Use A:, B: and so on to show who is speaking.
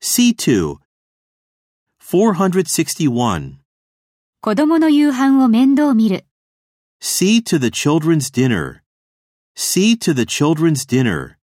A: C2 461
B: 子供の夕飯を面倒見る。
A: See to the children's dinner. See to the children's dinner.